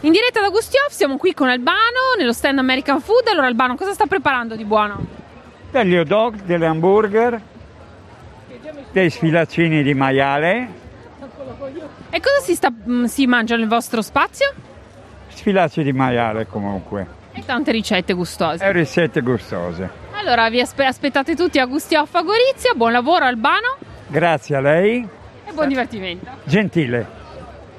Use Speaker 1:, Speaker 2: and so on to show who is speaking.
Speaker 1: In diretta da Gustioff siamo qui con Albano nello stand American Food. Allora Albano, cosa sta preparando di buono?
Speaker 2: degli hot dog, degli hamburger, dei sfilaccini di maiale,
Speaker 1: E cosa si, sta- mh, si mangia nel vostro spazio?
Speaker 2: sfilacci di maiale comunque,
Speaker 1: E tante ricette gustose.
Speaker 2: e ricette gustose.
Speaker 1: Allora vi aspe- aspettate tutti a Gustioff a Gorizia. Buon lavoro Albano
Speaker 2: Grazie a lei,
Speaker 1: e buon divertimento.
Speaker 2: gentile.